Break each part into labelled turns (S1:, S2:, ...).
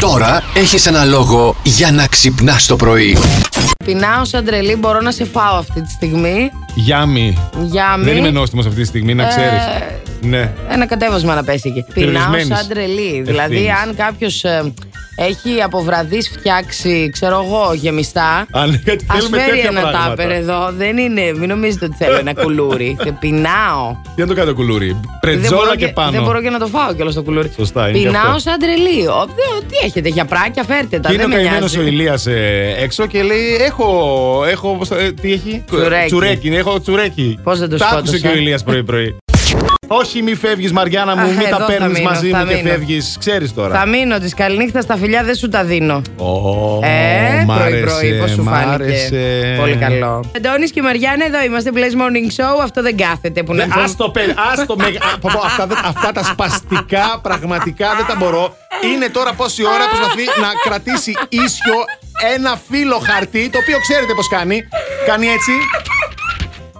S1: Τώρα έχεις ένα λόγο για να ξυπνάς το πρωί.
S2: Πεινάω σαν τρελή, μπορώ να σε φάω αυτή τη στιγμή.
S3: Γιάμι.
S2: Για μη...
S3: Δεν είμαι νόστιμος αυτή τη στιγμή, να
S2: Ε,
S3: ξέρεις. Ναι.
S2: Ένα κατέβασμα να πέσει εκεί. Πεινάω
S3: Περιορισμένης
S2: σαν τρελή. Δηλαδή,
S3: ευθύνης.
S2: αν κάποιος έχει από βραδύς φτιάξει, ξέρω εγώ, γεμιστά.
S3: Αν γιατί
S2: Α
S3: θέλουμε
S2: φέρει
S3: τέτοια
S2: ένα
S3: πράγματα.
S2: τάπερ εδώ. Δεν είναι, μην νομίζετε ότι θέλω ένα κουλούρι. Θε- Πεινάω.
S3: Τι να το κάνω κουλούρι.
S2: Δεν μπορώ,
S3: Πρετζόλα Ε, και, πάνω.
S2: δεν μπορώ και να το φάω κιόλας το κουλούρι.
S3: Σωστά, είναι και
S2: Πεινάω
S3: αυτό.
S2: σαν τρελή. Ο- δε- Τι έχετε για πράκια, φέρτε τα.
S3: Και είναι ο
S2: Δεν με
S3: καημένος
S2: νοιάζει.
S3: ο Ηλίας έξω και λέει: Έχω. έχω πώς το- ε, τι έχει?
S2: Τσουρέκι.
S3: Τσουρέκι. ναι, Έχω τσουρέκι.
S2: Πώς δεν το
S3: Τα άκουσε
S2: σκότωσα.
S3: και ο Ηλίας πρωί-πρωί. Όχι, μη φεύγεις, Μαριάννα μου,
S2: Α,
S3: μη
S2: εδώ
S3: τα
S2: θα
S3: παίρνεις
S2: μείνω,
S3: μαζί
S2: θα
S3: μου και
S2: μείνω.
S3: φεύγεις. Ξέρεις τώρα.
S2: Θα μείνω τη καληνύχτα στα φιλιά, δεν σου τα δίνω.
S3: Ω,
S2: Ε,
S3: μ'
S2: πρωί-πρωί,
S3: άρεσε,
S2: πώς σου
S3: μ'
S2: φάνηκε.
S3: άρεσε.
S2: Πολύ καλό. Αντώνης και Μαριάννα, εδώ είμαστε. Blaze Morning Show. Αυτό δεν κάθεται που να
S3: Ναι, ας το παίρνει. Ας το με... Α, πω, πω, αυτά, δεν- αυτά τα σπαστικά πραγματικά δεν τα μπορώ. Είναι τώρα πόση ώρα προσπαθεί να κρατήσει ίσιο ένα φύλλο χαρτί, το οποίο ξέρετε πώς κάνει. Κάνει έτσι.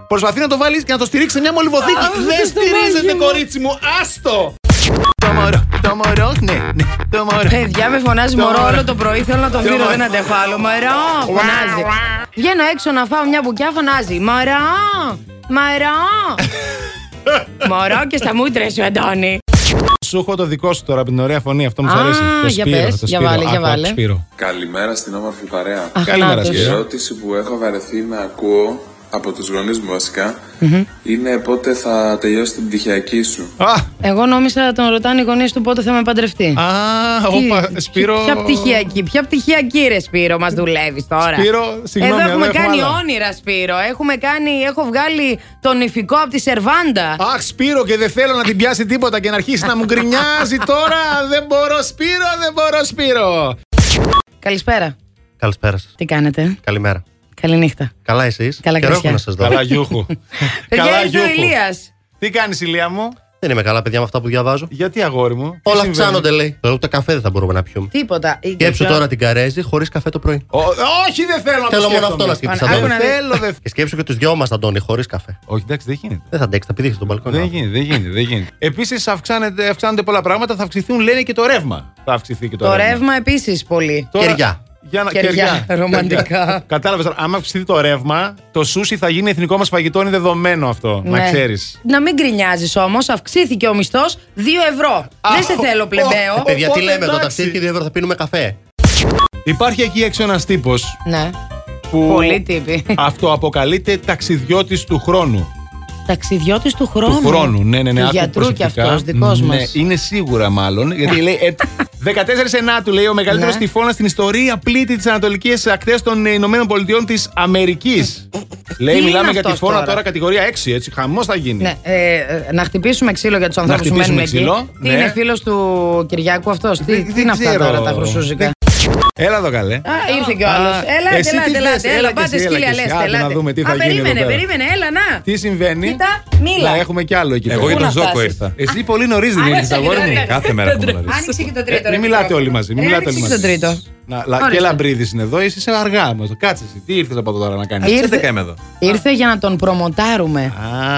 S3: Προσπαθεί να το βάλεις και να το στηρίξει σε μια μολυβοθήκη.
S2: Α,
S3: Δεν
S2: στο μάγιο
S3: στηρίζεται,
S2: μου.
S3: κορίτσι μου. Άστο! Το μωρό, το μωρό, ναι, ναι, το μωρό.
S2: Παιδιά, με φωνάζει
S3: Το
S2: μωρό
S3: μωρό.
S2: όλο το πρωί. Θέλω να τον
S3: Το
S2: δίνω,
S3: μωρό.
S2: δεν αντέχω άλλο. Μωρό, φωνάζει. Βγαίνω έξω να φάω μια μπουκιά, φωνάζει. Μωρό, μωρό. Μωρό και στα μούτρα σου, Αντώνη.
S3: Σου έχω το δικό σου τώρα από την ωραία φωνή, αυτό μου
S2: Α,
S3: αρέσει. Το
S2: για
S3: Σπύρο,
S2: πες,
S3: το
S2: για
S3: Σπύρο.
S2: βάλε, για
S3: Άκου, άκου,
S2: βάλε.
S3: Σπύρο.
S4: Καλημέρα στην όμορφη παρέα.
S3: Καλημέρα,
S2: Αχ, να τους.
S4: Η
S3: Σπύρο.
S4: ερώτηση που έχω βαρεθεί να ακούω από τους γονείς μου βασικα είναι πότε θα τελειώσει την πτυχιακή σου.
S3: Α,
S2: Εγώ νόμισα τον ρωτάνε οι γονείς του πότε θα με παντρευτεί.
S3: α,
S2: Τι-
S3: όπα,
S2: τι-
S3: Σπύρο.
S2: Ποια πτυχιακή, ποια πτυχιακή ρε Σπύρο μας δουλεύεις τώρα.
S3: Σπύρο, συγγνώμη,
S2: Εδώ έχουμε
S3: αλλά έχουμε
S2: κάνει
S3: άλλα.
S2: όνειρα Σπύρο. Έχουμε κάνει, έχω βγάλει τον ηφικό από τη Σερβάντα.
S3: Αχ, Σπύρο, και δεν θέλω να την πιάσει τίποτα και να αρχίσει να μου γκρινιάζει τώρα. Δεν μπορώ, Σπύρο, δεν μπορώ, Σπύρο.
S2: Καλησπέρα.
S5: Καλησπέρα σας.
S2: Τι κάνετε.
S5: Καλημέρα.
S2: Καληνύχτα.
S5: Καλά εσείς.
S2: Καλά,
S5: Καιρό
S2: κρασιά.
S5: έχω να σας δω.
S3: Καλά, Γιούχου.
S2: Παιδιά, ήρθε ο
S3: Γιούχου.
S2: Ηλίας.
S3: Τι κάνεις, Ηλία μου,
S5: Δεν είμαι καλά, παιδιά, με αυτά που διαβάζω.
S3: γιατί αγόρι μου. τι
S5: Όλα
S3: συμβαίνει?
S5: αυξάνονται, λέει. Τώρα ούτε καφέ δεν θα μπορούμε να πιούμε.
S2: Τίποτα. Η-
S5: Σκέψου
S2: ποια-
S5: τώρα την καρέζη χωρίς καφέ το πρωί.
S3: Ο- όχι, δεν θέλω να το
S5: Θέλω μόνο
S3: σκέφτομαι.
S5: αυτό να σκεφτεί,
S2: Άκου να
S3: Δεν
S2: δεις.
S3: θέλω, δεν
S5: Και σκέψου και τους δυο μας, Αντώνη, χωρίς καφέ.
S3: Όχι, εντάξει, δεν γίνεται.
S5: Δεν θα αντέξει, θα πηδήξει τον μπαλκόνι.
S3: Δεν γίνεται, δεν γίνεται. Δεν γίνεται. Επίσης, αυξάνονται, αυξάνονται πολλά πράγματα. Θα αυξηθούν, λένε και το ρεύμα. Θα αυξηθεί και το,
S2: Το ρεύμα επίσης πολύ.
S3: Τώρα-
S5: Κεριά.
S3: Για να...
S2: Κεριά, ρομαντικά.
S3: Κατάλαβες. Άμα αυξηθεί το ρεύμα, το σούσι θα γίνει εθνικό μας φαγητό. Είναι δεδομένο αυτό. Να
S2: Ναι.
S3: ξέρεις.
S2: Να μην γκρινιάζεις όμως, αυξήθηκε ο μισθός 2 ευρώ. Δεν σε θέλω,
S3: ω,
S2: πλεμπαίο.
S5: Ε, παιδιά, τι
S3: Οπότε,
S5: λέμε εδώ,
S3: εντάξει.
S5: ταξίδι και δύο ευρώ θα πίνουμε καφέ.
S3: Υπάρχει εκεί έξω ένας τύπος
S2: Ναι.
S3: που
S2: Πολύ τύποι.
S3: αυτοαποκαλείται ταξιδιώτης του χρόνου.
S2: Ταξιδιώτης του χρόνου.
S3: Του χρόνου, ναι, ναι, ναι.
S2: Του
S3: άκου
S2: γιατρού κι
S3: προσεκτικά.
S2: αυτός, δικός
S3: ναι,
S2: μας.
S3: Είναι σίγουρα μάλλον. Γιατί λέει. Ε, 14 Ενάτου λέει ο μεγαλύτερος
S2: Ναι.
S3: τυφώνας στην ιστορία πλήττει τις ανατολικές ακτές των ε, Ηνωμένων Πολιτειών της Αμερικής. λέει,
S2: είναι
S3: μιλάμε για
S2: αυτός
S3: τυφώνα
S2: τώρα?
S3: τώρα κατηγορία 6, έτσι. Χαμός θα γίνει.
S2: Ναι, ε, ε, να χτυπήσουμε ξύλο για τους ανθρώπους που μένουν
S3: χτυπήσουμε
S2: εκεί.
S3: ξύλο,
S2: Τι
S3: ναι.
S2: είναι φίλος του Κυριακού αυτός, τι,
S3: Δεν-
S2: τι είναι αυτά
S3: ξέρω.
S2: τώρα τα χρυσούζικα.
S3: Έλα εδώ καλέ.
S2: Α, ήρθε κι ο άλλο.
S3: Α,
S2: Έλα,
S3: εσύ
S2: έλα,
S3: τι
S2: έλα,
S3: θες,
S2: έλα,
S3: και
S2: πάτε
S3: εσύ, έλα
S2: σκύλια
S3: και
S2: λε.
S3: εσύ. Άντε να δούμε τι θα
S2: Α,
S3: γίνει. εδώ
S2: περίμενε,
S3: πέρα.
S2: περίμενε, έλα να.
S3: Τι συμβαίνει.
S2: Κοίτα, μίλα.
S3: Να έχουμε κι άλλο εκεί
S6: Εγώ
S3: πέρα.
S6: για τον
S2: να
S6: Ζόκο
S2: φτάσεις.
S6: ήρθα.
S3: Εσύ πολύ νωρίς δεν ήρθε, αγόρι μου.
S2: Άνοιξε
S6: Κάθε μέρα έχουμε γνωρίσει.
S2: Άνοιξε και το τρίτο. ρε,
S3: Ε, Μην μιλάτε
S2: μικρό.
S3: όλοι μαζί. Μην
S2: Ε,
S3: μιλάτε όλοι
S2: άνοιξε
S3: μαζί.
S2: και το τρίτο.
S3: Να, λα- και
S2: Ορίστε.
S3: λαμπρίδης είναι εδώ, είσαι σε αργά όμως. Κάτσε εσύ. Τι ήρθες από εδώ τώρα να κάνεις.
S2: Ήρθε-
S6: Ήρθε... 11 είμαι εδώ.
S2: Ήρθε για να τον προμοτάρουμε.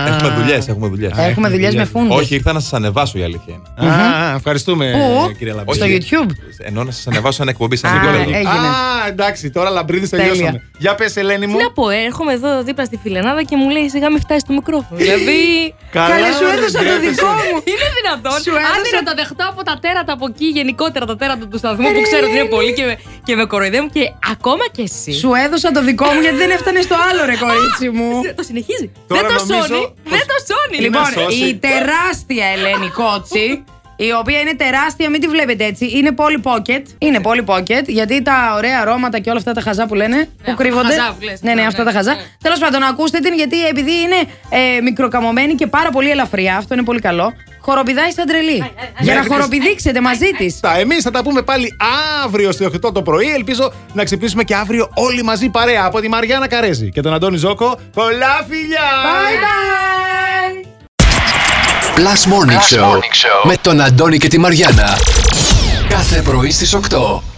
S6: Έχουμε δουλειές, έχουμε δουλειές.
S3: Α,
S2: Έχουμε
S3: έχουμε
S2: δουλειές με
S3: δουλειές.
S2: φούντες.
S6: Όχι, ήρθα να σας ανεβάσω η αλήθεια είναι.
S3: Ευχαριστούμε,
S2: Πού?
S3: κύριε
S2: Στο
S3: Λαμπρίδη.
S2: YouTube.
S6: Ενώ να σας ανεβάσω ένα εκπομπή σαν
S2: Α, ναι.
S6: δυο
S2: έγινε.
S3: Α, εντάξει, τώρα Λαμπρίδης
S2: Τέλεια.
S3: τελειώσαμε. Για πες, Ελένη μου.
S7: Τι να πω, ε, έρχομαι εδώ δίπλα στη φιλενάδα και μου λέει σιγά μην φτάσει το μικρόφωνο. δηλαδή.
S2: Καλέ σου
S3: ρε,
S2: έδωσα το
S3: ντρέπεσαι.
S2: δικό μου.
S7: Είναι δυνατόν.
S2: Σου έδωσε-
S7: Άντε να τα δεχτώ από τα τέρατα από εκεί, γενικότερα τα τέρατα του σταθμού που ξέρω ότι είναι πολύ και με, και με κοροϊδεύουν και ακόμα κι εσύ.
S2: Σου έδωσα το δικό μου γιατί δεν έφτανε στο άλλο ρε κορίτσι μου.
S7: Το συνεχίζει.
S3: Τώρα
S7: δεν το
S3: νομίζω
S7: σώνει.
S3: πως-
S7: Δεν το σώνει.
S3: Είναι
S2: Λοιπόν,
S3: σώση.
S2: η τεράστια Ελένη Κότσι, η οποία είναι τεράστια, μην τη βλέπετε έτσι. Είναι πολύ pocket. Είναι πολύ pocket, γιατί τα ωραία αρώματα και όλα αυτά τα χαζά που λένε, που
S7: αυτά
S2: κρύβονται.
S7: χαζά που λες,
S2: ναι, ναι,
S7: ναι,
S2: αυτά
S7: ναι,
S2: τα χαζά.
S7: ναι.
S2: Τέλος πάντων, ακούστε την, γιατί επειδή είναι ε, μικροκαμωμένη και πάρα πολύ ελαφριά, αυτό είναι πολύ καλό, χοροπηδάει σαν τρελή. Για να χοροπηδήξετε μαζί τη.
S3: Αυτά. Εμεί θα τα πούμε πάλι αύριο στι 8 το πρωί. Ελπίζω να ξυπνήσουμε και αύριο όλοι μαζί παρέα από τη Μαριάννα Καρέζη και τον Αντώνη Ζόκο. Πολλά φιλιά!
S2: Bye bye!
S1: Plus Morning, Show, με τον Αντώνη και τη Μαριάνα. Κάθε πρωί στις 8.